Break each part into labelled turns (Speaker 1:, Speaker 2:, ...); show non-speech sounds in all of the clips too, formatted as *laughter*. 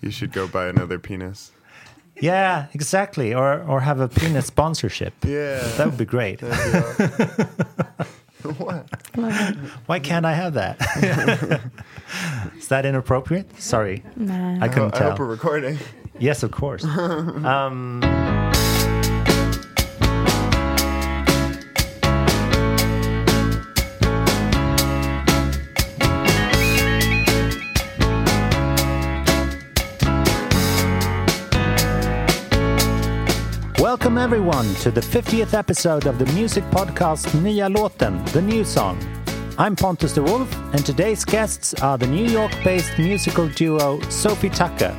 Speaker 1: You should go buy another penis.
Speaker 2: Yeah, exactly. Or or have a penis sponsorship. That *laughs*
Speaker 1: Yeah.
Speaker 2: would be great.
Speaker 1: what?
Speaker 2: Why can't I have that? *laughs* Is that inappropriate? Sorry. I
Speaker 1: Oh, I,
Speaker 2: couldn't
Speaker 1: I
Speaker 2: tell.
Speaker 1: hope we're recording.
Speaker 2: Yes, of course. um, Welcome everyone to the 50th episode of the music podcast Nya Låten, the new song. I'm Pontus de Wolf, and today's guests are the New York-based musical duo Sophie Tucker,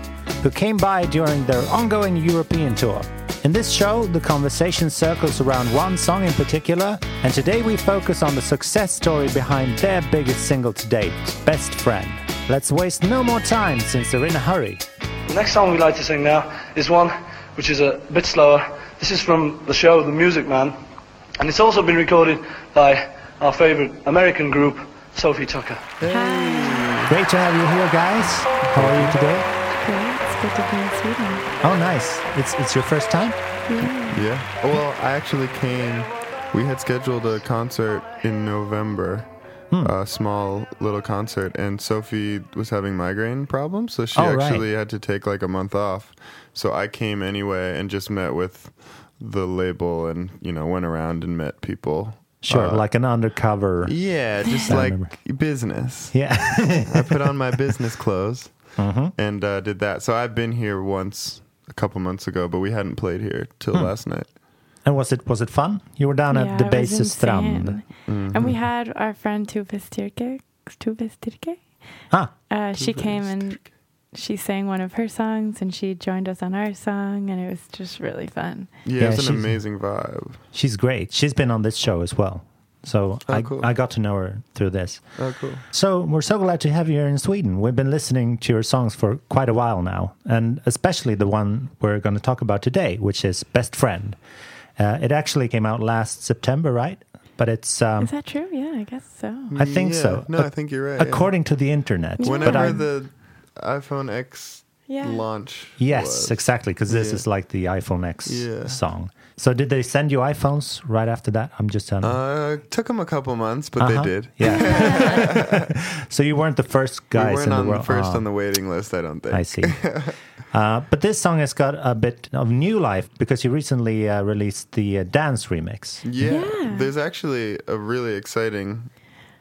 Speaker 2: who came by during their ongoing European tour. In this show, the conversation circles around one song in particular, and today we focus on the success story behind their biggest single to date, Best Friend. Let's waste no more time since they're in a hurry.
Speaker 3: The next song we'd like to sing now is one which is a bit slower. This is from the show The Music Man, and it's also been recorded by our favourite American group, Sophie Tucker.
Speaker 2: Great to have you here, guys. How are you today?
Speaker 4: Great. It's good to be in Sweden.
Speaker 2: Oh, nice. It's it's your first time.
Speaker 1: Yeah. Well, I actually came. We had scheduled a concert in November, a small little concert, and Sophie was having migraine problems, so she
Speaker 2: Oh, right.
Speaker 1: actually had to take like a month off. So I came anyway and just met with the label and, you know, went around and met people.
Speaker 2: Sure,
Speaker 1: Uh,
Speaker 2: like an undercover.
Speaker 1: yeah, just
Speaker 2: I
Speaker 1: like
Speaker 2: remember.
Speaker 1: business.
Speaker 2: Yeah. *laughs*
Speaker 1: I put on my business clothes
Speaker 2: Uh-huh.
Speaker 1: and uh, did that. So I've been here once a couple months ago, but we hadn't played here till
Speaker 2: Hmm.
Speaker 1: last night.
Speaker 2: and was it was it fun? You were down at the
Speaker 4: it was
Speaker 2: base of Strand.
Speaker 4: insane.
Speaker 1: Mm-hmm.
Speaker 4: And we had our friend Tuve Styrke. Tuve Styrke?
Speaker 2: Ah,
Speaker 4: Uh, she came and she sang one of her songs and she joined us on our song and it was just really fun.
Speaker 1: Yeah,
Speaker 2: Yeah,
Speaker 1: it's
Speaker 2: she's-
Speaker 1: an amazing vibe.
Speaker 2: she's great. She's been on this show as well. So
Speaker 1: Oh,
Speaker 2: I
Speaker 1: cool.
Speaker 2: I got to know her through this.
Speaker 1: Oh, cool.
Speaker 2: So we're so glad to have you here in Sweden. We've been listening to your songs for quite a while now, and especially the one we're going to talk about today, which is Best Friend. Uh, it actually came out last September, right? But it's um,
Speaker 4: Is that true? Yeah, I guess so.
Speaker 2: I think
Speaker 1: Yeah.
Speaker 2: so.
Speaker 1: No, I think you're right. yeah.
Speaker 2: according to the internet. but
Speaker 1: Whenever
Speaker 2: I-
Speaker 1: the iPhone X
Speaker 4: Yeah.
Speaker 1: launch.
Speaker 2: Yes,
Speaker 1: was.
Speaker 2: exactly, because this
Speaker 1: Yeah.
Speaker 2: is like the iPhone X
Speaker 1: Yeah.
Speaker 2: song. So did they send you iPhones right after that? I'm just telling.
Speaker 1: Uh, took them a couple months, but
Speaker 2: Uh-huh.
Speaker 1: they did.
Speaker 2: Yeah.
Speaker 1: *laughs*
Speaker 2: *laughs* so you weren't the first
Speaker 1: We
Speaker 2: guys
Speaker 1: weren't
Speaker 2: in the
Speaker 1: on
Speaker 2: world.
Speaker 1: first
Speaker 2: Ah,
Speaker 1: on the waiting list, I don't think. *laughs*
Speaker 2: I see. uh, but this song has got a bit of new life because you recently uh, released the uh, dance remix.
Speaker 1: Yeah.
Speaker 4: Yeah.
Speaker 1: There's actually a really exciting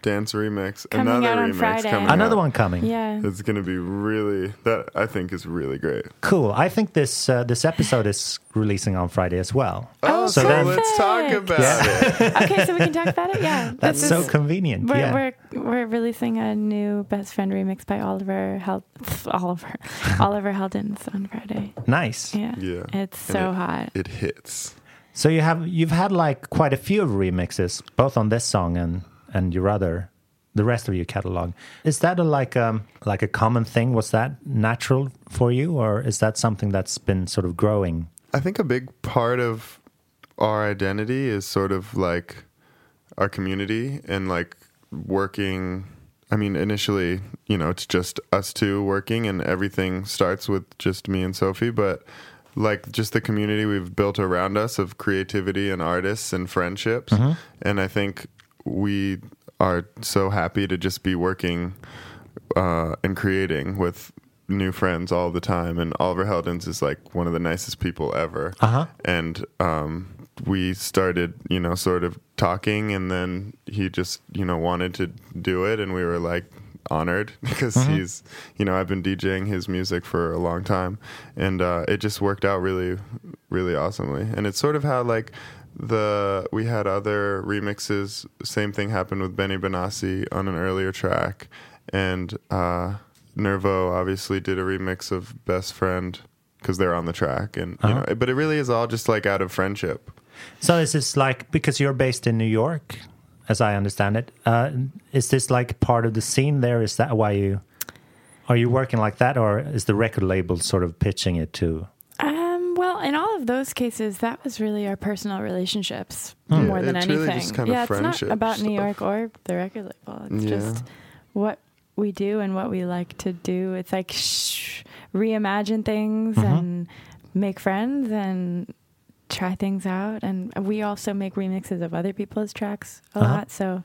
Speaker 1: dance remix.
Speaker 4: Coming
Speaker 1: another
Speaker 4: out on
Speaker 1: remix
Speaker 4: Friday.
Speaker 1: coming
Speaker 2: Another
Speaker 1: out.
Speaker 2: one coming.
Speaker 4: Yeah.
Speaker 1: It's going to be really, that I think is really great.
Speaker 2: Cool. I think this uh, this episode is releasing on Friday as well.
Speaker 1: Oh,
Speaker 2: so
Speaker 1: so
Speaker 2: then-
Speaker 1: let's talk
Speaker 4: Perfect.
Speaker 1: about it.
Speaker 4: okay, so we can talk about it? Yeah.
Speaker 2: *laughs* That's
Speaker 4: This
Speaker 2: so
Speaker 4: is-
Speaker 2: convenient.
Speaker 4: We're,
Speaker 2: yeah.
Speaker 4: we're we're releasing a new best friend remix by Oliver Hel- *laughs*
Speaker 2: *laughs*
Speaker 4: Oliver Oliver Heldens on Friday.
Speaker 2: nice.
Speaker 4: Yeah,
Speaker 1: Yeah.
Speaker 4: it's
Speaker 1: And
Speaker 4: so
Speaker 1: it-
Speaker 4: hot.
Speaker 1: It hits.
Speaker 2: So you have you've had like quite a few remixes, both on this song and and your other the rest of your catalog. Is that a like um like a common thing? Was that natural for you, or is that something that's been sort of growing?
Speaker 1: I think a big part of our identity is sort of like our community and like working. I mean, initially, you know, it's just us two working and everything starts with just me and Sophie, but like just the community we've built around us of creativity and artists and friendships. And I think we are so happy to just be working uh, and creating with new friends all the time. And Oliver Heldens is like one of the nicest people ever.
Speaker 2: Uh-huh.
Speaker 1: And um, we started, you know, sort of talking, and then he just, you know, wanted to do it, and we were like honored *laughs* because he's, you know, I've been DJing his music for a long time, and uh, it just worked out really, really awesomely. And it's sort of how like the we had other remixes. Same thing happened with Benny Benassi on an earlier track, and uh, Nervo obviously did a remix of Best Friend because they're on the track, and you know, but it really is all just like out of friendship.
Speaker 2: So is this like because you're based in New York, as I understand it, uh, is this like part of the scene there? Is that why you are you working like that, or is the record label sort of pitching it to?
Speaker 4: Um, well, in all of those cases, that was really our personal relationships
Speaker 2: Hmm.
Speaker 4: more
Speaker 1: Yeah,
Speaker 4: than
Speaker 1: it's
Speaker 4: anything.
Speaker 1: really just kind of
Speaker 4: yeah, it's not
Speaker 1: friendship
Speaker 4: about New
Speaker 1: stuff.
Speaker 4: York or the record label. It's
Speaker 1: Yeah.
Speaker 4: just what we do and what we like to do. It's like shh, reimagine things
Speaker 2: Mm-hmm.
Speaker 4: and make friends and try things out. And we also make remixes of other people's tracks a
Speaker 2: Uh-huh.
Speaker 4: lot. So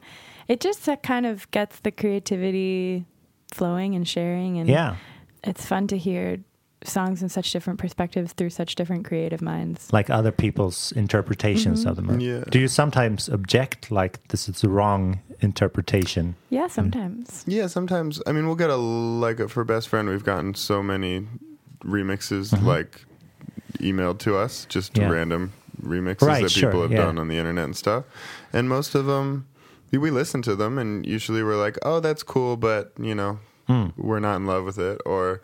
Speaker 4: it just uh, kind of gets the creativity flowing and sharing. And
Speaker 2: Yeah.
Speaker 4: it's fun to hear songs in such different perspectives through such different creative minds.
Speaker 2: Like other people's interpretations of
Speaker 4: Mm-hmm.
Speaker 2: them.
Speaker 1: Yeah.
Speaker 2: Do you sometimes object, like, this is the wrong interpretation?
Speaker 4: Yeah, sometimes.
Speaker 1: Yeah, sometimes. I mean, we'll get a like for best friend. We've gotten so many remixes like emailed to us, just
Speaker 2: Mm-hmm. Yeah.
Speaker 1: random remixes
Speaker 2: Right,
Speaker 1: that
Speaker 2: sure,
Speaker 1: people have
Speaker 2: yeah.
Speaker 1: done on the internet and stuff. And most of them, we listen to them, and usually we're like, "Oh, that's cool," but you know,
Speaker 2: Hmm.
Speaker 1: we're not in love with it, or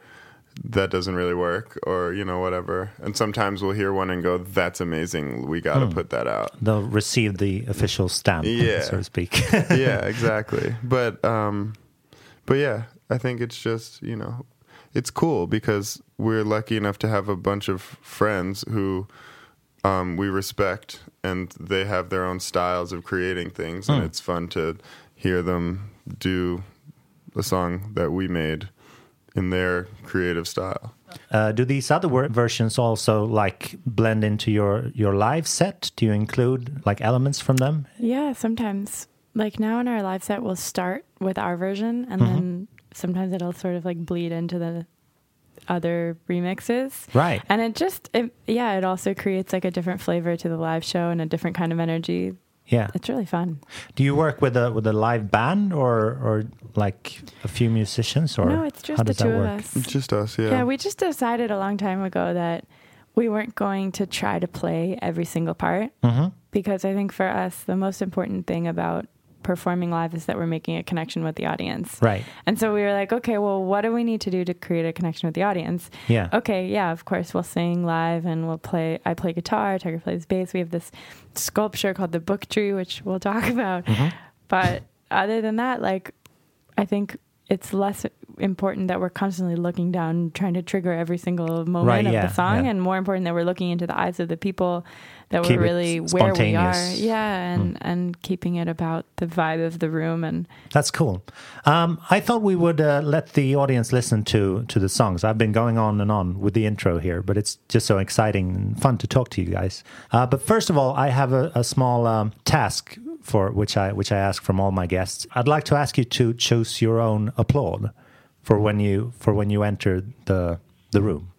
Speaker 1: that doesn't really work, or you know, whatever. And sometimes we'll hear one and go, "That's amazing. We got to
Speaker 2: Hmm.
Speaker 1: put that out."
Speaker 2: They'll receive the official stamp,
Speaker 1: Yeah.
Speaker 2: so to speak. *laughs*
Speaker 1: yeah, exactly. But um but yeah, I think it's just, you know, it's cool because we're lucky enough to have a bunch of friends who um we respect and they have their own styles of creating things
Speaker 2: Hmm.
Speaker 1: and it's fun to hear them do a song that we made in their creative style.
Speaker 2: Uh, do these other wor- versions also like blend into your your live set? Do you include like elements from them?
Speaker 4: Yeah, sometimes. Like now in our live set, we'll start with our version, and
Speaker 2: Mm-hmm.
Speaker 4: then sometimes it'll sort of like bleed into the other remixes.
Speaker 2: Right.
Speaker 4: And it just, it, yeah, it also creates like a different flavor to the live show and a different kind of energy.
Speaker 2: Yeah.
Speaker 4: It's really fun.
Speaker 2: Do you work with a with a live band or or like a few musicians or
Speaker 4: no, it's
Speaker 2: how
Speaker 4: just the
Speaker 2: does
Speaker 4: two
Speaker 2: that
Speaker 4: of
Speaker 2: work?
Speaker 4: us.
Speaker 1: Just us, yeah.
Speaker 4: Yeah, we just decided a long time ago that we weren't going to try to play every single part
Speaker 2: Mm-hmm.
Speaker 4: because I think for us, the most important thing about performing live is that we're making a connection with the audience.
Speaker 2: Right.
Speaker 4: And so we were like, okay, well, what do we need to do to create a connection with the audience?
Speaker 2: Yeah.
Speaker 4: Okay, yeah, of course, we'll sing live and we'll play. I play guitar, Tiger plays bass. We have this sculpture called the Book Tree, which we'll talk *laughs* about.
Speaker 2: Mm-hmm.
Speaker 4: But other than that, like, I think it's less important that we're constantly looking down, trying to trigger every single moment
Speaker 2: Right,
Speaker 4: of
Speaker 2: yeah,
Speaker 4: the song,
Speaker 2: yeah.
Speaker 4: and more important that we're looking into the eyes of the people, that
Speaker 2: Keep it
Speaker 4: we're really where we are,
Speaker 2: spontaneous. Hmm.
Speaker 4: yeah, and and keeping it about the vibe of the room and.
Speaker 2: That's cool. Um, I thought we would uh, let the audience listen to to the songs. I've been going on and on with the intro here, but it's just so exciting and fun to talk to you guys. Uh, but first of all, I have a, a small um, task for which I which I ask from all my guests. I'd like to ask you to choose your own applaud for when you for when you enter the the room.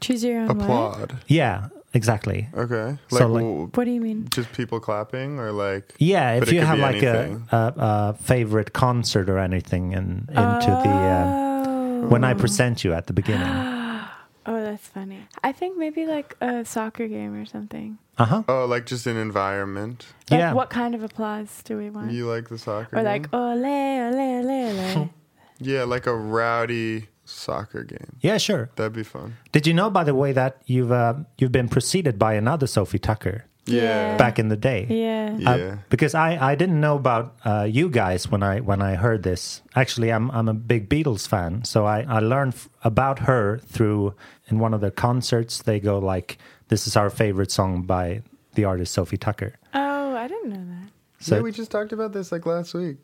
Speaker 4: Choose your own what?
Speaker 1: Applaud.
Speaker 2: Yeah, exactly.
Speaker 1: Okay. Like,
Speaker 2: So, like-
Speaker 1: w-
Speaker 4: What do you mean?
Speaker 1: just people clapping or like
Speaker 2: Yeah,
Speaker 1: But
Speaker 2: if
Speaker 1: it
Speaker 2: you
Speaker 1: could
Speaker 2: have
Speaker 1: be
Speaker 2: like a,
Speaker 1: anything.
Speaker 2: a, a favorite concert or anything, and into the. Uh,
Speaker 4: oh.
Speaker 2: when I present you at the beginning.
Speaker 4: oh, that's funny. I think maybe like a soccer game or something.
Speaker 2: Uh huh.
Speaker 1: Oh, like just an environment.
Speaker 4: Like
Speaker 2: Yeah.
Speaker 4: What kind of applause do we want?
Speaker 1: You like the soccer?
Speaker 4: or like
Speaker 1: game?
Speaker 4: ole ole
Speaker 2: *laughs*
Speaker 4: ole ole.
Speaker 1: yeah, like a rowdy soccer game.
Speaker 2: Yeah, sure.
Speaker 1: That'd be fun.
Speaker 2: Did you know, by the way, that you've uh, you've been preceded by another Sophie Tucker
Speaker 1: Yeah,
Speaker 2: back in the day? Uh,
Speaker 4: yeah.
Speaker 1: yeah.
Speaker 2: Because I, I didn't know about uh, you guys when I when I heard this. Actually, I'm I'm a big Beatles fan, so I I learned f- about her through in one of the concerts. They go like, "This is our favorite song by the artist Sophie Tucker."
Speaker 4: Oh, I didn't know that.
Speaker 2: So
Speaker 1: yeah, we just talked about this like last week.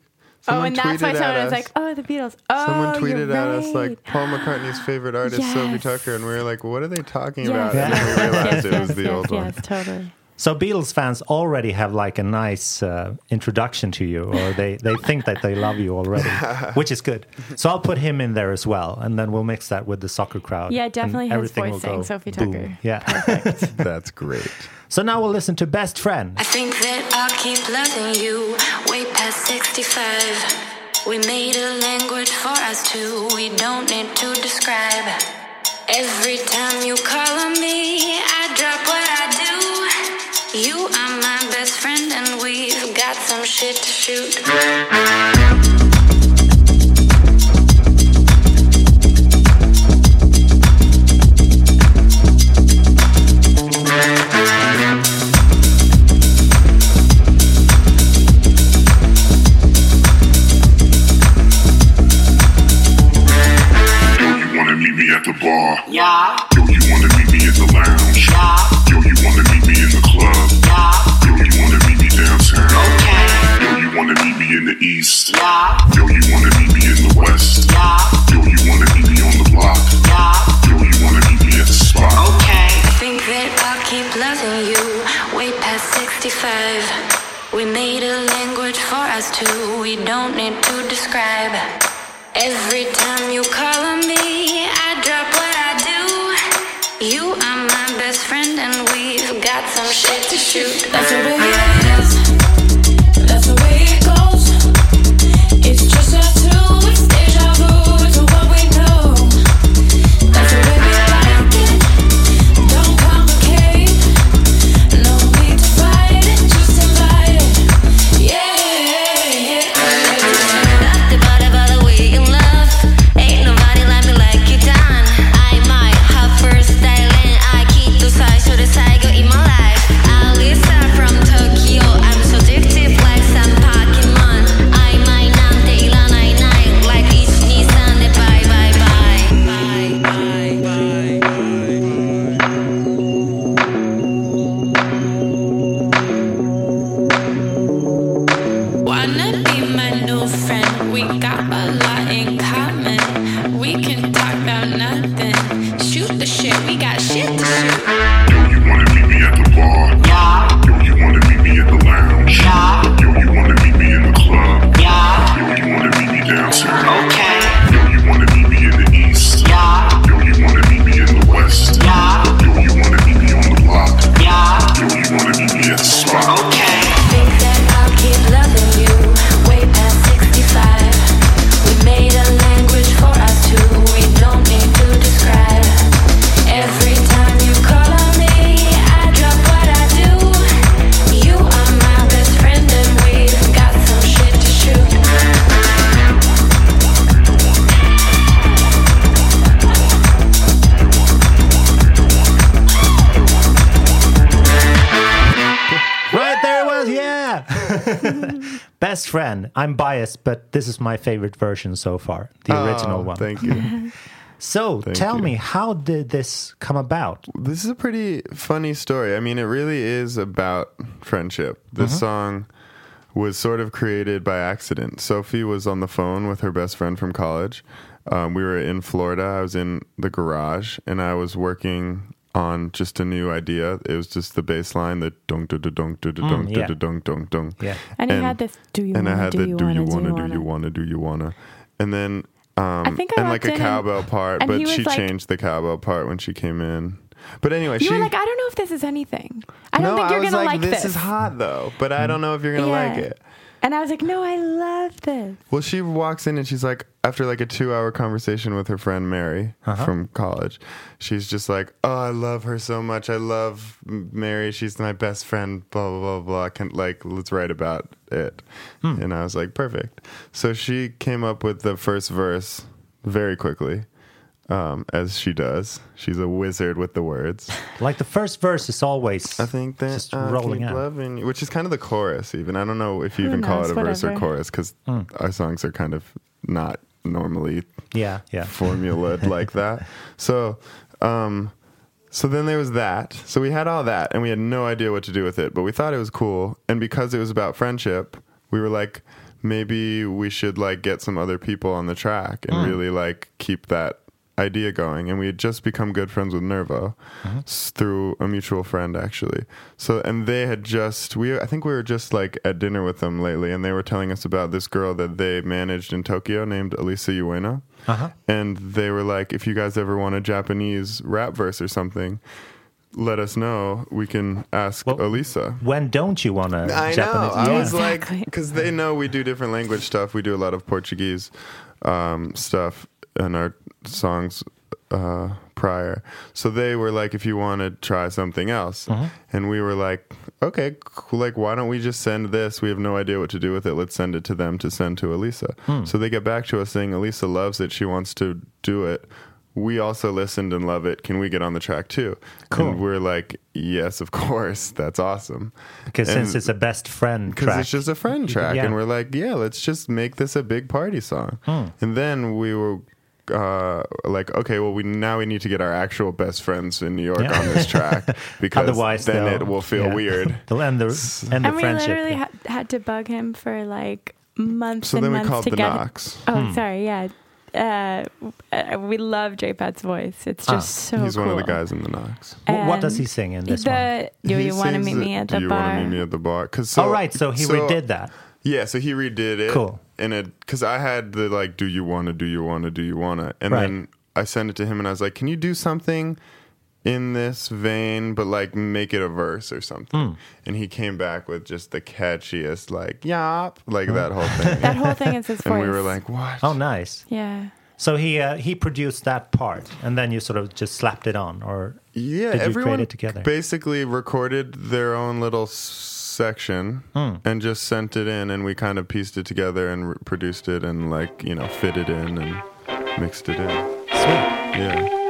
Speaker 4: oh, and that's why
Speaker 1: tweeted
Speaker 4: someone
Speaker 1: at
Speaker 4: was
Speaker 1: us-
Speaker 4: like, "Oh, the Beatles." Oh,
Speaker 1: Someone
Speaker 4: you're
Speaker 1: tweeted
Speaker 4: right.
Speaker 1: at us like Paul McCartney's favorite artist,
Speaker 4: *gasps*
Speaker 1: Sophie
Speaker 4: Yes.
Speaker 1: Tucker, and we were like, "What are they talking
Speaker 4: yes,
Speaker 1: about?" And we
Speaker 4: yes, yes,
Speaker 1: realized it
Speaker 4: yes,
Speaker 1: was the
Speaker 4: yes,
Speaker 1: old
Speaker 4: yes, totally.
Speaker 2: So Beatles fans already have like a nice uh, introduction to you, or they, they think that they love you
Speaker 1: *laughs*
Speaker 2: already, which is good. So I'll put him in there as well, and then we'll mix that with the soccer crowd.
Speaker 4: Yeah,
Speaker 2: and
Speaker 4: definitely his
Speaker 2: everything
Speaker 4: voice
Speaker 2: will
Speaker 4: saying
Speaker 2: go
Speaker 4: Sophie
Speaker 2: boom.
Speaker 4: Tucker. *laughs*
Speaker 2: Yeah.
Speaker 1: one. That's great.
Speaker 2: so now we'll listen to Best Friend.
Speaker 5: I think that I'll keep loving you way past 65. We made a language for us two, we don't need to describe. Every time you call on me, I drop what I do. You are my best friend, and we've got some shit to shoot.
Speaker 6: Yo, you wanna meet me at the bar?
Speaker 7: Yeah,
Speaker 6: Yo, you wanna meet me in the lounge?
Speaker 7: yeah,
Speaker 6: Yo, you wanna meet me in the club?
Speaker 7: yeah,
Speaker 6: Yo, you wanna meet me downtown?
Speaker 7: okay.
Speaker 6: Yo, you wanna wanna meet me in the east? Yo, you wanna meet me in the west? Yo, you wanna meet me on the block? Yo, you wanna meet me at the spot?
Speaker 5: I think that I'll keep loving you way past 65. We made a language for us two, we don't need to describe. Every time you call on me, I drop what I do. You are my best friend, and we've got some shit to shoot.
Speaker 7: That's the way it is. That's the way it goes. It's just us two. It's deja vu to what we know. That's the way we like it. Don't complicate. No need to fight it. Just invite it. Yeah, yeah, yeah.
Speaker 5: Nothing but about the way you love. Ain't nobody like me like you done. I might have first style and I keep to size to the cycle in my life. I listen from Tokyo. I'm so addictive like some Pokemon. I might not take nine nine like each Nissan. Bye bye bye bye bye bye.
Speaker 7: Wanna be my new friend? We got a lot in common. We can talk about nothing. Shoot the shit, we got shit to shoot.
Speaker 6: Yo, you wanna meet me at the bar? Yo, you wanna meet me at the lounge? Yo, you wanna meet me in the club? Yo, you wanna meet me downtown? Yo, you wanna meet me in the east? Yo, you wanna meet me in the west? Yo, you wanna meet me on the block? Yo, you wanna meet me at the spot?
Speaker 5: Think that I'll keep loving you way past 65. We made a language for us two. We don't need to describe. Every time you call on me, I drop what I do. You are my best friend, and we've got some shit to shoot.
Speaker 2: Right there it was, yeah.
Speaker 4: *laughs*
Speaker 2: Best friend. I'm biased, but this is my favorite version so far, the original
Speaker 1: Oh,
Speaker 2: one.
Speaker 1: Thank you.
Speaker 2: so tell
Speaker 1: you.
Speaker 2: me, how did this come about?
Speaker 1: this is a pretty funny story. I mean, it really is about friendship.
Speaker 2: Mm-hmm.
Speaker 1: This song was sort of created by accident. Sophie was on the phone with her best friend from college. Um, we were in Florida. I was in the garage and I was working on just a new idea. It was just the bass line, the dunk, dunk, dunk, dunk, dunk,
Speaker 2: Mm, yeah.
Speaker 1: dunk, dunk, dunk, dunk.
Speaker 2: Yeah.
Speaker 4: And he had this, "Do you
Speaker 1: And I
Speaker 4: wanna,
Speaker 1: had
Speaker 4: do
Speaker 1: the
Speaker 4: you
Speaker 1: do
Speaker 4: wanna,
Speaker 1: you
Speaker 4: do
Speaker 1: wanna,
Speaker 4: you
Speaker 1: do
Speaker 4: wanna?"
Speaker 1: you wanna, do you wanna, and then um,
Speaker 4: think I
Speaker 1: and like
Speaker 4: walked in
Speaker 1: a
Speaker 4: and-
Speaker 1: cowbell part,
Speaker 4: and he
Speaker 1: but
Speaker 4: was
Speaker 1: she
Speaker 4: like-
Speaker 1: changed the cowbell part when she came in. But anyway,
Speaker 4: You
Speaker 1: she
Speaker 4: were like, I don't know if this is anything. I don't think you're
Speaker 1: I was
Speaker 4: gonna
Speaker 1: like,
Speaker 4: like,
Speaker 1: this. is hot though, but I don't know if you're gonna like
Speaker 4: Yeah.
Speaker 1: it.
Speaker 4: And I was like, no, I love this.
Speaker 1: Well, she walks in and she's like, after like a two-hour conversation with her friend Mary from college, she's just like, "Oh, I love her so much. I love M- Mary. She's my best friend. Blah blah blah blah. Can like let's write about it." And I was like, "Perfect." So she came up with the first verse very quickly, um, as she does. She's a wizard with the words.
Speaker 2: Like the first verse is always
Speaker 1: I think that
Speaker 2: just
Speaker 1: I
Speaker 2: rolling
Speaker 1: keep
Speaker 2: out.
Speaker 1: loving you- which is kind of the chorus. Even I don't know if you even call it
Speaker 4: knows?
Speaker 1: a verse or
Speaker 4: Whatever.
Speaker 1: chorus because
Speaker 2: Hmm.
Speaker 1: our songs are kind of not normally *laughs*
Speaker 2: Yeah, yeah.
Speaker 1: formula like that. So, um, so then there was that. So we had all that, and we had no idea what to do with it, but we thought it was cool. And because it was about friendship, we were like, maybe we should like get some other people on the track
Speaker 2: Hmm.
Speaker 1: and really like keep that idea going. And we had just become good friends with Nervo s- through a mutual friend, actually. So, and they had just we I think we were just like at dinner with them lately, and they were telling us about this girl that they managed in Tokyo named Elisa Ueno. And they were like, if you guys ever want a Japanese rap verse or something, let us know. We can ask
Speaker 2: Well,
Speaker 1: Elisa.
Speaker 2: When don't you want to
Speaker 1: I
Speaker 2: Japanese?
Speaker 1: know. I
Speaker 2: Yeah.
Speaker 1: was like,
Speaker 4: Exactly.
Speaker 1: because they know we do different language stuff. We do a lot of Portuguese um, stuff in our songs uh, prior. So they were like, if you want to try something else.
Speaker 2: Mm-hmm.
Speaker 1: And we were like, okay, cool. like, why don't we just send this? We have no idea what to do with it. Let's send it to them to send to Elisa.
Speaker 2: Hmm.
Speaker 1: So they get back to us saying, Elisa loves it. She wants to do it. We also listened and love it. Can we get on the track too?
Speaker 2: Cool.
Speaker 1: And we're like, yes, of course. That's awesome.
Speaker 2: because
Speaker 1: and-
Speaker 2: since it's a best friend
Speaker 1: Because
Speaker 2: track,
Speaker 1: it's just a friend track,
Speaker 2: yeah. Hmm.
Speaker 1: and we're like, yeah, let's just make this a big party song. And then we were uh, like, okay, well, we now we need to get our actual best friends in New York
Speaker 2: Yeah.
Speaker 1: on
Speaker 2: *laughs*
Speaker 1: this track because
Speaker 2: otherwise
Speaker 1: then
Speaker 2: they'll-
Speaker 1: it will feel
Speaker 2: yeah.
Speaker 1: weird.
Speaker 2: *laughs*
Speaker 1: *laughs*
Speaker 2: They'll end the end the
Speaker 4: and we
Speaker 2: friendship.
Speaker 4: literally ha- had had to bug him for like months
Speaker 1: So
Speaker 4: and
Speaker 1: then we
Speaker 4: months
Speaker 1: called the
Speaker 4: to get
Speaker 1: Knox.
Speaker 4: Oh,
Speaker 2: Hmm.
Speaker 4: sorry. Yeah. Uh, uh, we love J Pat's voice. It's just
Speaker 2: Ah.
Speaker 4: so
Speaker 1: He's one of the
Speaker 4: Oh, cool.
Speaker 1: guys in the Knox.
Speaker 2: Wh- what does
Speaker 4: And
Speaker 2: he sing in this one?
Speaker 4: the, Do
Speaker 1: He
Speaker 4: you want to
Speaker 1: sings
Speaker 4: meet
Speaker 1: the-
Speaker 4: me at
Speaker 1: Do
Speaker 4: the
Speaker 1: you
Speaker 4: bar?
Speaker 1: want to meet me at the bar? Cause so,
Speaker 2: All right, so he redid that.
Speaker 1: Yeah, so he redid it.
Speaker 2: Cool.
Speaker 1: And it because I had the like, do you want to? Do you want to? Do you want to? And
Speaker 2: Right.
Speaker 1: then I sent it to him, and I was like, can you do something in this vein, but like make it a verse or
Speaker 2: Hmm.
Speaker 1: something? And he came back with just the catchiest, like yop, like that whole
Speaker 2: *laughs*
Speaker 1: thing.
Speaker 4: That whole
Speaker 1: *laughs*
Speaker 4: thing is his voice.
Speaker 1: and we were like, what?
Speaker 2: Oh, nice.
Speaker 4: yeah.
Speaker 2: So he uh, he produced that part, and then you sort of just slapped it on, or
Speaker 1: Yeah,
Speaker 2: did you
Speaker 1: everyone
Speaker 2: create it together?
Speaker 1: basically recorded their own little s- section
Speaker 2: Hmm.
Speaker 1: and just sent it in, and we kind of pieced it together and re- produced it and like you know fit it in and mixed it in.
Speaker 2: Sweet.
Speaker 1: Yeah.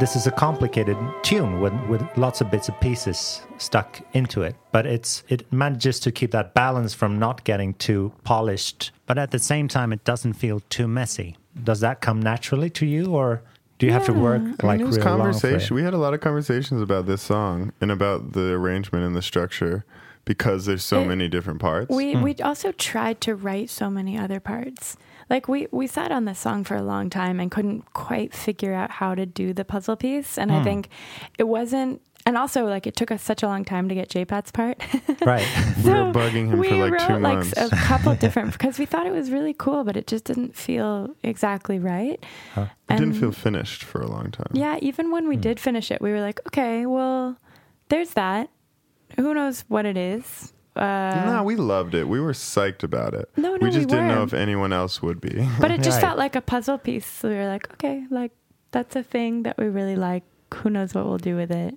Speaker 2: This is a complicated tune with with lots of bits and pieces stuck into it, but it's it manages to keep that balance from not getting too polished, but at the same time it doesn't feel too messy. Does that come naturally to you, or do you have to work
Speaker 1: I
Speaker 2: like
Speaker 1: mean, it was
Speaker 2: real long for
Speaker 1: conversation.
Speaker 2: it?
Speaker 1: We had a lot of conversations about this song and about the arrangement and the structure because there's so
Speaker 4: It-
Speaker 1: many different parts.
Speaker 4: We we also tried to write so many other parts. Like we we sat on this song for a long time and couldn't quite figure out how to do the puzzle piece. And
Speaker 2: Hmm.
Speaker 4: I think it wasn't. And also, like it took us such a long time to get JPat's part.
Speaker 2: *laughs*
Speaker 4: *laughs*
Speaker 2: Right.
Speaker 1: We were bugging him
Speaker 4: we
Speaker 1: for, like,
Speaker 4: wrote
Speaker 1: two
Speaker 4: like
Speaker 1: months.
Speaker 4: a
Speaker 1: *laughs*
Speaker 4: couple different because we thought it was really cool, but it just didn't feel exactly right.
Speaker 1: it didn't feel finished for a long time.
Speaker 4: Yeah, even when
Speaker 1: Hmm.
Speaker 4: we did finish it, we were like, okay, well, there's that. Who knows what it is? Uh,
Speaker 1: No, we loved it. We were psyched about it.
Speaker 4: No, no,
Speaker 1: we just
Speaker 4: we
Speaker 1: didn't know if
Speaker 4: were.
Speaker 1: anyone else would be. *laughs*
Speaker 4: But it just
Speaker 2: Right.
Speaker 4: felt like a puzzle piece. So we were like, okay, like that's a thing that we really like. Who knows what we'll do with it?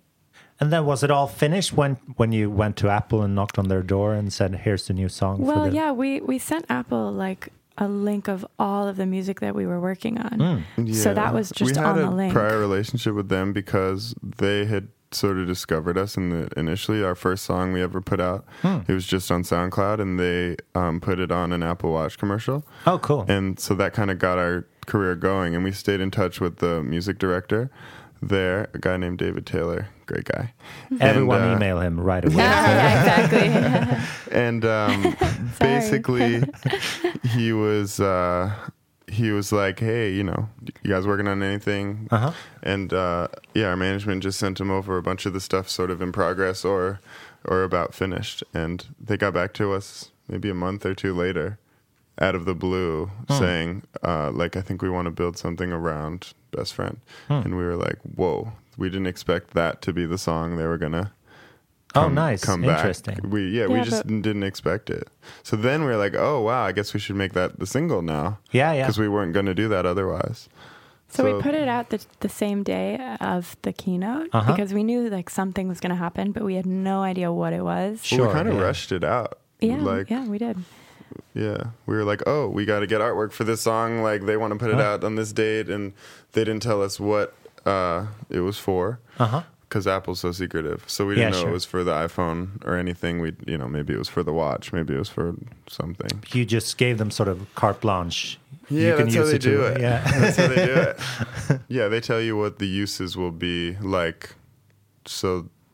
Speaker 2: And then was it all finished when when you went to Apple and knocked on their door and said, "Here's the new song"?
Speaker 4: Well,
Speaker 2: for the...
Speaker 4: yeah, we we sent Apple like a link of all of the music that we were working on. So
Speaker 1: Hmm. Yeah.
Speaker 4: that was just
Speaker 1: we had
Speaker 4: on
Speaker 1: a
Speaker 4: the link.
Speaker 1: prior relationship with them because they had sort of discovered us in the initially our first song we ever put out. It was just on SoundCloud, and they um, put it on an Apple Watch commercial.
Speaker 2: Oh, cool.
Speaker 1: And so that kind of got our career going, and we stayed in touch with the music director there, a guy named David Taylor, great guy.
Speaker 2: Everyone
Speaker 1: and, uh,
Speaker 2: email him right away.
Speaker 4: yeah, yeah, exactly.
Speaker 1: and um, basically he was uh, he was like hey you know you guys working on anything
Speaker 2: Uh-huh.
Speaker 1: and uh, yeah our management just sent him over a bunch of the stuff sort of in progress or or about finished and they got back to us maybe a month or two later out of the blue saying uh, like i think we want to build something around best friend and we were like whoa we didn't expect that to be the song they were gonna
Speaker 2: oh, nice.
Speaker 1: come back.
Speaker 2: Interesting.
Speaker 1: We yeah, we
Speaker 4: Yeah,
Speaker 1: just
Speaker 4: but-
Speaker 1: didn't expect it. So then we were like, oh wow, I guess we should make that the single now.
Speaker 2: Yeah, yeah.
Speaker 1: Because we weren't going to do that otherwise. So-
Speaker 4: So, we put it out the, the same day of the keynote
Speaker 2: Uh-huh.
Speaker 4: because we knew like something was going to happen, but we had no idea what it was.
Speaker 1: But
Speaker 2: Sure,
Speaker 1: we kind of
Speaker 2: yeah.
Speaker 1: rushed it out.
Speaker 4: Yeah,
Speaker 1: like
Speaker 4: yeah, we did.
Speaker 1: yeah. we were like, oh, we got to get artwork for this song. Like they want to put
Speaker 2: Uh-huh.
Speaker 1: it out on this date, and they didn't tell us what uh, it was for.
Speaker 2: Uh huh.
Speaker 1: Because Apple's so secretive, so we didn't
Speaker 2: Yeah,
Speaker 1: know
Speaker 2: sure.
Speaker 1: it was for the iPhone or anything. We, you know, maybe it was for the watch, maybe it was for something.
Speaker 2: You just gave them sort of carte blanche.
Speaker 1: Yeah,
Speaker 2: you can
Speaker 1: that's
Speaker 2: use
Speaker 1: how they
Speaker 2: it to-
Speaker 1: do it.
Speaker 2: Yeah.
Speaker 1: *laughs*
Speaker 2: *laughs*
Speaker 1: that's how they do it.
Speaker 4: *laughs*
Speaker 1: Yeah, they tell you what the uses will be like, so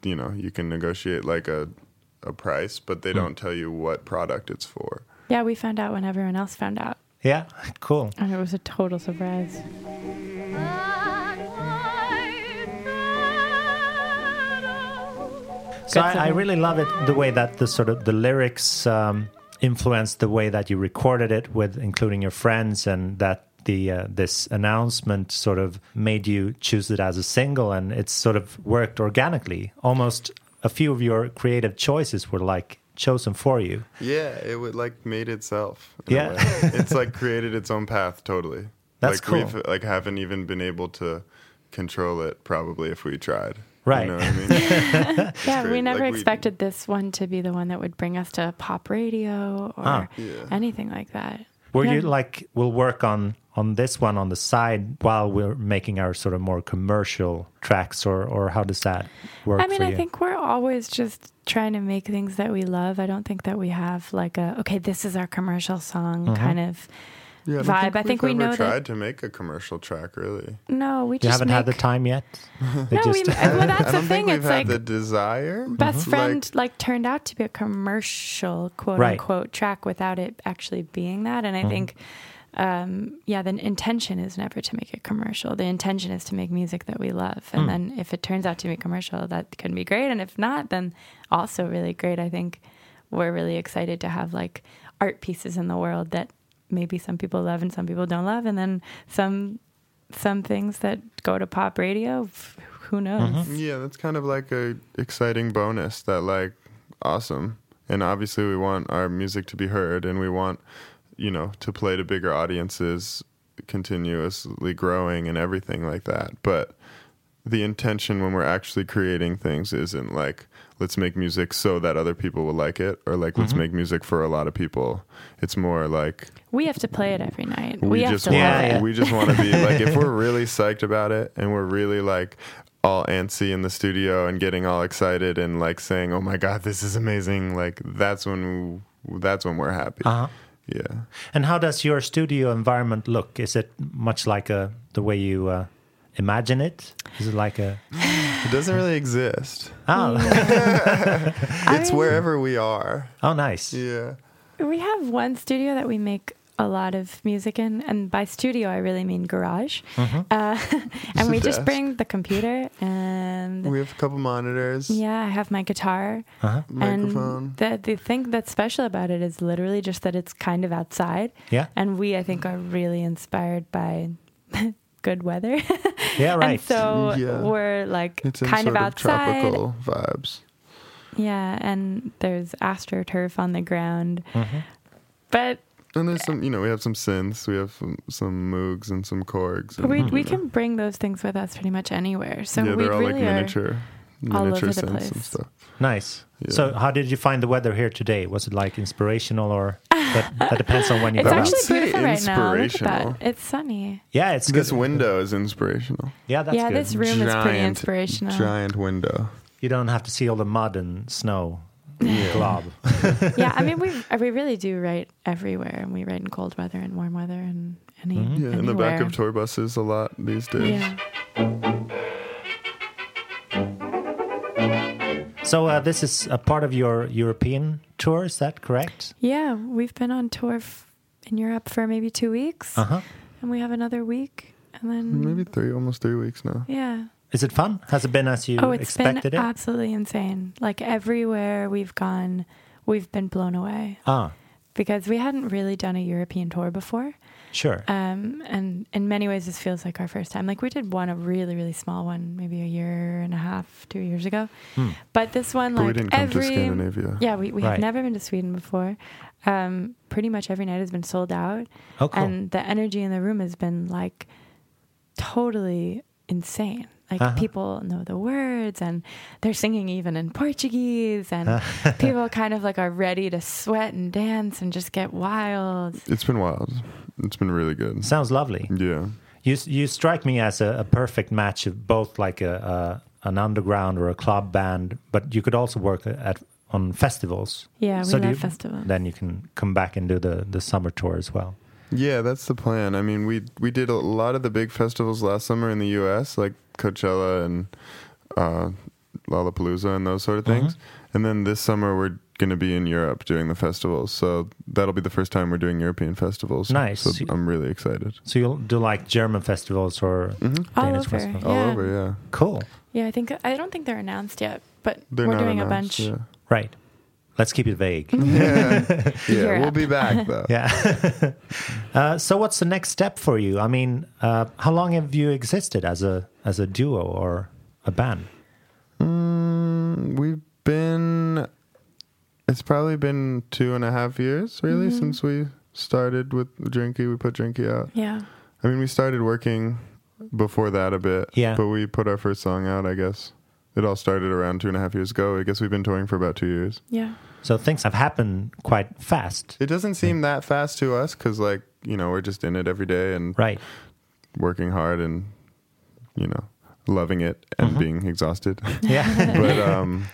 Speaker 1: you know you can negotiate like a a price, but
Speaker 4: Hmm.
Speaker 1: they don't tell you what product it's for.
Speaker 4: Yeah, we found out when everyone else found out,
Speaker 2: yeah. Cool.
Speaker 4: and it was a total surprise.
Speaker 2: So
Speaker 4: Good for
Speaker 2: I, I
Speaker 4: them.
Speaker 2: really love it the way that the sort of the lyrics um, influenced the way that you recorded it with including your friends and that the uh, this announcement sort of made you choose it as a single and it's sort of worked organically. Almost a few of your creative choices were like chosen for you.
Speaker 1: Yeah, it would like made itself. in a
Speaker 2: Yeah.
Speaker 1: way. *laughs* it's like created its own path totally.
Speaker 2: That's
Speaker 1: like
Speaker 2: cool.
Speaker 1: We've, like haven't even been able to control it probably if we tried.
Speaker 2: Right.
Speaker 1: You know what
Speaker 4: *laughs*
Speaker 1: I mean?
Speaker 4: yeah,
Speaker 1: great.
Speaker 4: we never
Speaker 1: Like, we-
Speaker 4: expected this one to be the one that would bring us to pop radio or
Speaker 2: Ah.
Speaker 4: anything like that.
Speaker 2: Were
Speaker 4: Yeah.
Speaker 2: you like we'll work on on this one on the side while we're making our sort of more commercial tracks or or how does that work
Speaker 4: I mean,
Speaker 2: for
Speaker 4: I
Speaker 2: you?
Speaker 4: think we're always just trying to make
Speaker 2: Mm-hmm.
Speaker 4: things that we love. I don't think that we have like a okay, this is our commercial song kind of
Speaker 1: Yeah,
Speaker 4: vibe. I think we
Speaker 1: we've
Speaker 4: know
Speaker 1: ever
Speaker 4: that.
Speaker 1: tried to make a commercial track, really.
Speaker 4: No, we
Speaker 2: You
Speaker 4: just
Speaker 2: haven't had the
Speaker 4: make-
Speaker 2: time
Speaker 4: *laughs*
Speaker 2: yet. They
Speaker 4: No, we, well, that's
Speaker 1: I
Speaker 4: the
Speaker 1: don't
Speaker 4: thing.
Speaker 1: think we've
Speaker 4: It's
Speaker 1: had
Speaker 4: like
Speaker 1: the desire.
Speaker 4: best
Speaker 1: Mm-hmm. Like,
Speaker 4: friend like turned out to be a commercial quote
Speaker 2: Right.
Speaker 4: unquote track without it actually being that and i think um, yeah the intention is never to make it commercial the intention is to make music that we love and then if it turns out to be commercial that can be great and if not then also really great i think we're really excited to have like art pieces in the world that maybe some people love and some people don't love and then some some things that go to pop radio f- who knows
Speaker 1: Yeah, that's kind of like a exciting bonus that like awesome. And obviously we want our music to be heard and we want, you know, to play to bigger audiences continuously growing and everything like that. But the intention when we're actually creating things isn't like let's make music so that other people will like it or like
Speaker 4: Mm-hmm.
Speaker 1: let's make music for a lot of people. It's more like
Speaker 4: We have to play it every night. We,
Speaker 1: we,
Speaker 4: have
Speaker 1: just
Speaker 4: to
Speaker 1: want
Speaker 2: Yeah, yeah.
Speaker 1: we just want to be like if we're
Speaker 4: *laughs*
Speaker 1: really psyched about it and we're really like all antsy in the studio and getting all excited and like saying oh my god this is amazing like that's when we, that's when we're happy
Speaker 2: Uh-huh.
Speaker 1: yeah
Speaker 2: *laughs* And how does your studio environment look? Is it much like a, the way you uh, imagine it? Is it like a.
Speaker 1: it doesn't really exist
Speaker 4: *laughs*
Speaker 2: Oh,
Speaker 1: *laughs* it's wherever we are
Speaker 2: oh nice.
Speaker 1: yeah
Speaker 4: We have one studio that we make a lot of music in, and by studio I really mean garage.
Speaker 1: Mm-hmm.
Speaker 4: Uh, *laughs* and
Speaker 1: a
Speaker 4: we just
Speaker 1: desk.
Speaker 4: bring the computer and
Speaker 1: we have a couple monitors
Speaker 4: yeah, I have my guitar.
Speaker 2: Uh-huh.
Speaker 1: Microphone.
Speaker 4: And the the thing that's special about it is literally just that it's kind of outside.
Speaker 2: Yeah.
Speaker 4: And we I think are really inspired by *laughs* good weather. *laughs*
Speaker 2: Yeah, right.
Speaker 4: and so
Speaker 1: Yeah.
Speaker 4: we're like
Speaker 1: it's in
Speaker 4: kind of
Speaker 1: sort
Speaker 4: outside.
Speaker 1: tropical vibes
Speaker 4: Yeah, and there's astroturf on the ground. But
Speaker 1: and there's some you know we have some synths we have some, some moogs and some korgs and,
Speaker 4: we
Speaker 1: you
Speaker 4: we
Speaker 1: know.
Speaker 4: can bring those things with us pretty much anywhere. So
Speaker 1: Mm-hmm. yeah
Speaker 4: we
Speaker 1: they're all
Speaker 4: really
Speaker 1: like
Speaker 4: are.
Speaker 1: miniature
Speaker 4: all
Speaker 1: miniature
Speaker 4: over the
Speaker 1: synths and
Speaker 4: place.
Speaker 1: stuff
Speaker 2: Nice.
Speaker 1: Yeah.
Speaker 2: So, how did you find the weather here today? Was it like inspirational
Speaker 4: *laughs*
Speaker 2: or that, that depends on when you
Speaker 4: It's
Speaker 2: go
Speaker 1: I would
Speaker 4: actually
Speaker 2: out?
Speaker 1: say
Speaker 4: beautiful right now. Look at
Speaker 1: inspirational.
Speaker 4: that. It's sunny.
Speaker 2: Yeah, it's
Speaker 1: This
Speaker 2: good.
Speaker 1: window is inspirational.
Speaker 2: Yeah, that's
Speaker 4: yeah,
Speaker 2: good.
Speaker 4: this room is pretty inspirational.
Speaker 1: Giant window.
Speaker 2: you don't have to see all the mud and snow glob.
Speaker 4: yeah, I mean we *laughs* we really do write everywhere, and we write in cold weather and warm weather and any
Speaker 1: Mm-hmm. Yeah, in the back
Speaker 4: anywhere.
Speaker 1: of tour buses a lot these days.
Speaker 4: yeah.
Speaker 2: So uh, this is a part of your European tour, is that correct?
Speaker 4: yeah, we've been on tour f- in Europe for maybe two weeks,
Speaker 2: Uh huh.
Speaker 4: and we have another week, and then
Speaker 1: Uh-huh. Maybe three, almost three weeks now.
Speaker 4: yeah.
Speaker 2: Is it fun? Has it been as you
Speaker 4: Oh, it's been
Speaker 2: expected it?
Speaker 4: absolutely insane. Like everywhere we've gone, we've been blown away
Speaker 2: ah,
Speaker 4: because we hadn't really done a European tour before.
Speaker 2: sure.
Speaker 4: Um, and in many ways, this feels like our first time. Like we did one, a really, really small one, maybe a year and a half, two years ago. But this one,
Speaker 1: Hmm. But
Speaker 4: like
Speaker 1: we didn't come
Speaker 4: every,
Speaker 1: to Scandinavia.
Speaker 4: yeah, we, we
Speaker 2: Right.
Speaker 4: have never been to Sweden before. Um, pretty much every night has been sold out.
Speaker 2: Oh, cool.
Speaker 4: And the energy in the room has been like totally insane. Like
Speaker 2: Uh-huh.
Speaker 4: people know the words and they're singing even in Portuguese
Speaker 2: *laughs*
Speaker 4: and people kind of like are ready to sweat and dance and just get wild.
Speaker 1: It's been wild. It's been really good.
Speaker 2: Sounds lovely.
Speaker 1: Yeah.
Speaker 2: You you strike me as a, a perfect match of both like a, a an underground or a club band, but you could also work at on festivals.
Speaker 4: Yeah, we
Speaker 2: do
Speaker 4: love
Speaker 2: you-
Speaker 4: festivals.
Speaker 2: Then you can come back and do the the summer tour as well.
Speaker 1: Yeah, that's the plan. I mean, we we did a lot of the big festivals last summer in the U.S., like Coachella and uh, Lollapalooza and those sort of things.
Speaker 2: Mm-hmm.
Speaker 1: And then this summer we're going to be in Europe doing the festivals. So that'll be the first time we're doing European festivals.
Speaker 2: Nice.
Speaker 1: So I'm really excited.
Speaker 2: So you'll do like German festivals or
Speaker 4: All
Speaker 2: Danish
Speaker 4: over,
Speaker 2: festivals.
Speaker 1: All
Speaker 4: Yeah.
Speaker 1: over, yeah.
Speaker 2: Cool.
Speaker 4: Yeah, I think I don't think they're announced yet, but
Speaker 1: They're
Speaker 4: we're
Speaker 1: not
Speaker 4: doing
Speaker 1: announced,
Speaker 4: a bunch.
Speaker 1: yeah.
Speaker 2: Right. Let's keep it vague.
Speaker 4: Mm-hmm.
Speaker 1: Yeah,
Speaker 4: Europe.
Speaker 1: we'll be
Speaker 4: *laughs*
Speaker 1: back though.
Speaker 2: Yeah. uh, so, what's the next step for you? I mean, uh, how long have you existed as a as a duo or a band?
Speaker 1: Mm, we've been. It's probably been two and a half years, really,
Speaker 4: Mm-hmm.
Speaker 1: since we started with Drinky. We put Drinky out.
Speaker 4: Yeah.
Speaker 1: I mean, we started working before that a bit.
Speaker 2: Yeah.
Speaker 1: But we put our first song out, I guess. It all started around two and a half years ago. I guess we've been touring for about two years. *laughs*
Speaker 4: Yeah. *laughs*
Speaker 2: So things have happened quite fast,
Speaker 1: It doesn't seem that fast to us because, like, you know, we're just in it every day and
Speaker 4: *laughs*
Speaker 2: right?
Speaker 1: working hard and, you know, loving it and
Speaker 2: Uh-huh.
Speaker 1: being
Speaker 2: *laughs*
Speaker 1: exhausted. *laughs*
Speaker 2: Yeah.
Speaker 1: but um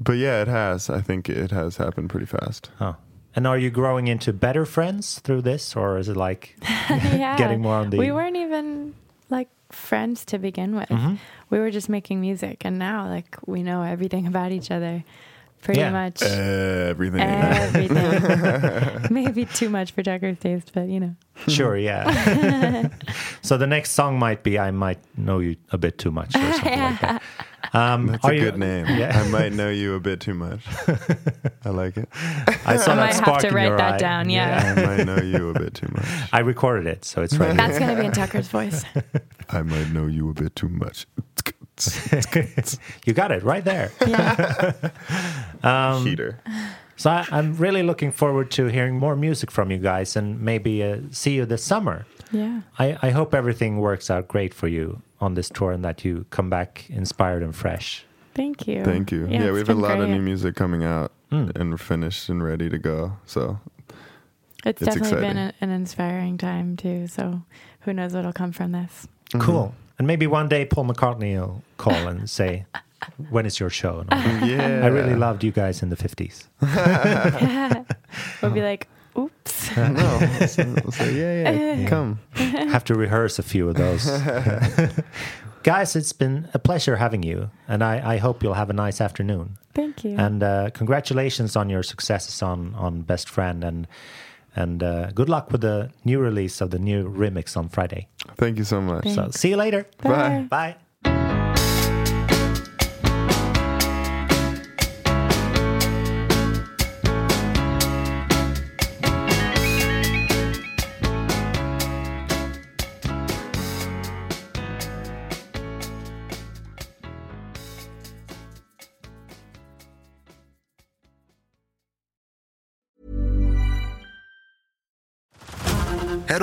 Speaker 1: but yeah it has i think it has happened pretty fast
Speaker 2: oh. And are you growing into better friends through this, or is it
Speaker 4: *laughs*
Speaker 2: like
Speaker 4: yeah.
Speaker 2: Getting more on the-
Speaker 4: We weren't even like friends to begin with.
Speaker 1: Mm-hmm.
Speaker 4: We were just making music, and now like we know everything about each other, pretty
Speaker 2: Yeah.
Speaker 4: much
Speaker 1: Uh, Everything.
Speaker 4: everything.
Speaker 1: *laughs*
Speaker 4: Maybe too much for Tucker's taste, but you know.
Speaker 2: sure, yeah?
Speaker 4: *laughs*
Speaker 2: *laughs* so the next song might be "I might know you a bit too much" or something like
Speaker 4: *laughs*
Speaker 2: that. Um,
Speaker 1: That's
Speaker 2: are
Speaker 1: a
Speaker 2: you-
Speaker 1: good name.
Speaker 2: Yeah.
Speaker 1: I might know you a bit too much. I
Speaker 2: *laughs*
Speaker 1: like it.
Speaker 2: I saw
Speaker 4: I
Speaker 2: that
Speaker 4: might have
Speaker 2: spark
Speaker 4: to
Speaker 2: in
Speaker 4: write
Speaker 2: your
Speaker 4: that
Speaker 2: eye.
Speaker 4: down, yeah.
Speaker 1: I might know you a bit too
Speaker 2: *laughs*
Speaker 1: much.
Speaker 2: I recorded it, so
Speaker 4: *laughs*
Speaker 2: it's right.
Speaker 4: That's gonna be in Tucker's
Speaker 1: *laughs*
Speaker 4: voice.
Speaker 1: I might know you a bit too much. *laughs*
Speaker 2: *laughs* here. you got it right there.
Speaker 4: Yeah.
Speaker 2: Um,
Speaker 1: Heater.
Speaker 2: So I, I'm really looking forward to hearing more music from you guys, and maybe uh, see you this summer.
Speaker 4: Yeah.
Speaker 2: I, I hope everything works out great for you on this tour and that you come back inspired and fresh.
Speaker 4: Thank you.
Speaker 1: Thank you. Yeah,
Speaker 4: it's
Speaker 1: we have a
Speaker 4: been
Speaker 1: lot of
Speaker 4: great.
Speaker 1: new music coming out
Speaker 2: Hmm.
Speaker 1: and finished and ready to go.
Speaker 2: *laughs*
Speaker 1: So
Speaker 4: It's,
Speaker 1: It's
Speaker 4: definitely been
Speaker 1: exciting.
Speaker 4: a, an inspiring time too. So who knows what'll come from this?
Speaker 2: Cool. And maybe one day Paul McCartney will call and say, When is your show? And all that.
Speaker 1: yeah,
Speaker 2: I really loved you guys in the 50s.
Speaker 4: We'll be
Speaker 1: Uh-huh.
Speaker 4: like, oops. *laughs*
Speaker 1: No, so, so yeah, yeah, come.
Speaker 2: Have to rehearse a few of those. *laughs* guys, it's been a pleasure having you. And I, I hope you'll have a nice afternoon.
Speaker 4: Thank you.
Speaker 2: And uh, congratulations on your successes on, on Best Friend. And, and uh, good luck with the new release of the new remix on Friday.
Speaker 1: Thank you so much.
Speaker 2: So see you later.
Speaker 4: Tá.
Speaker 1: Bye.
Speaker 2: Bye.
Speaker 8: Head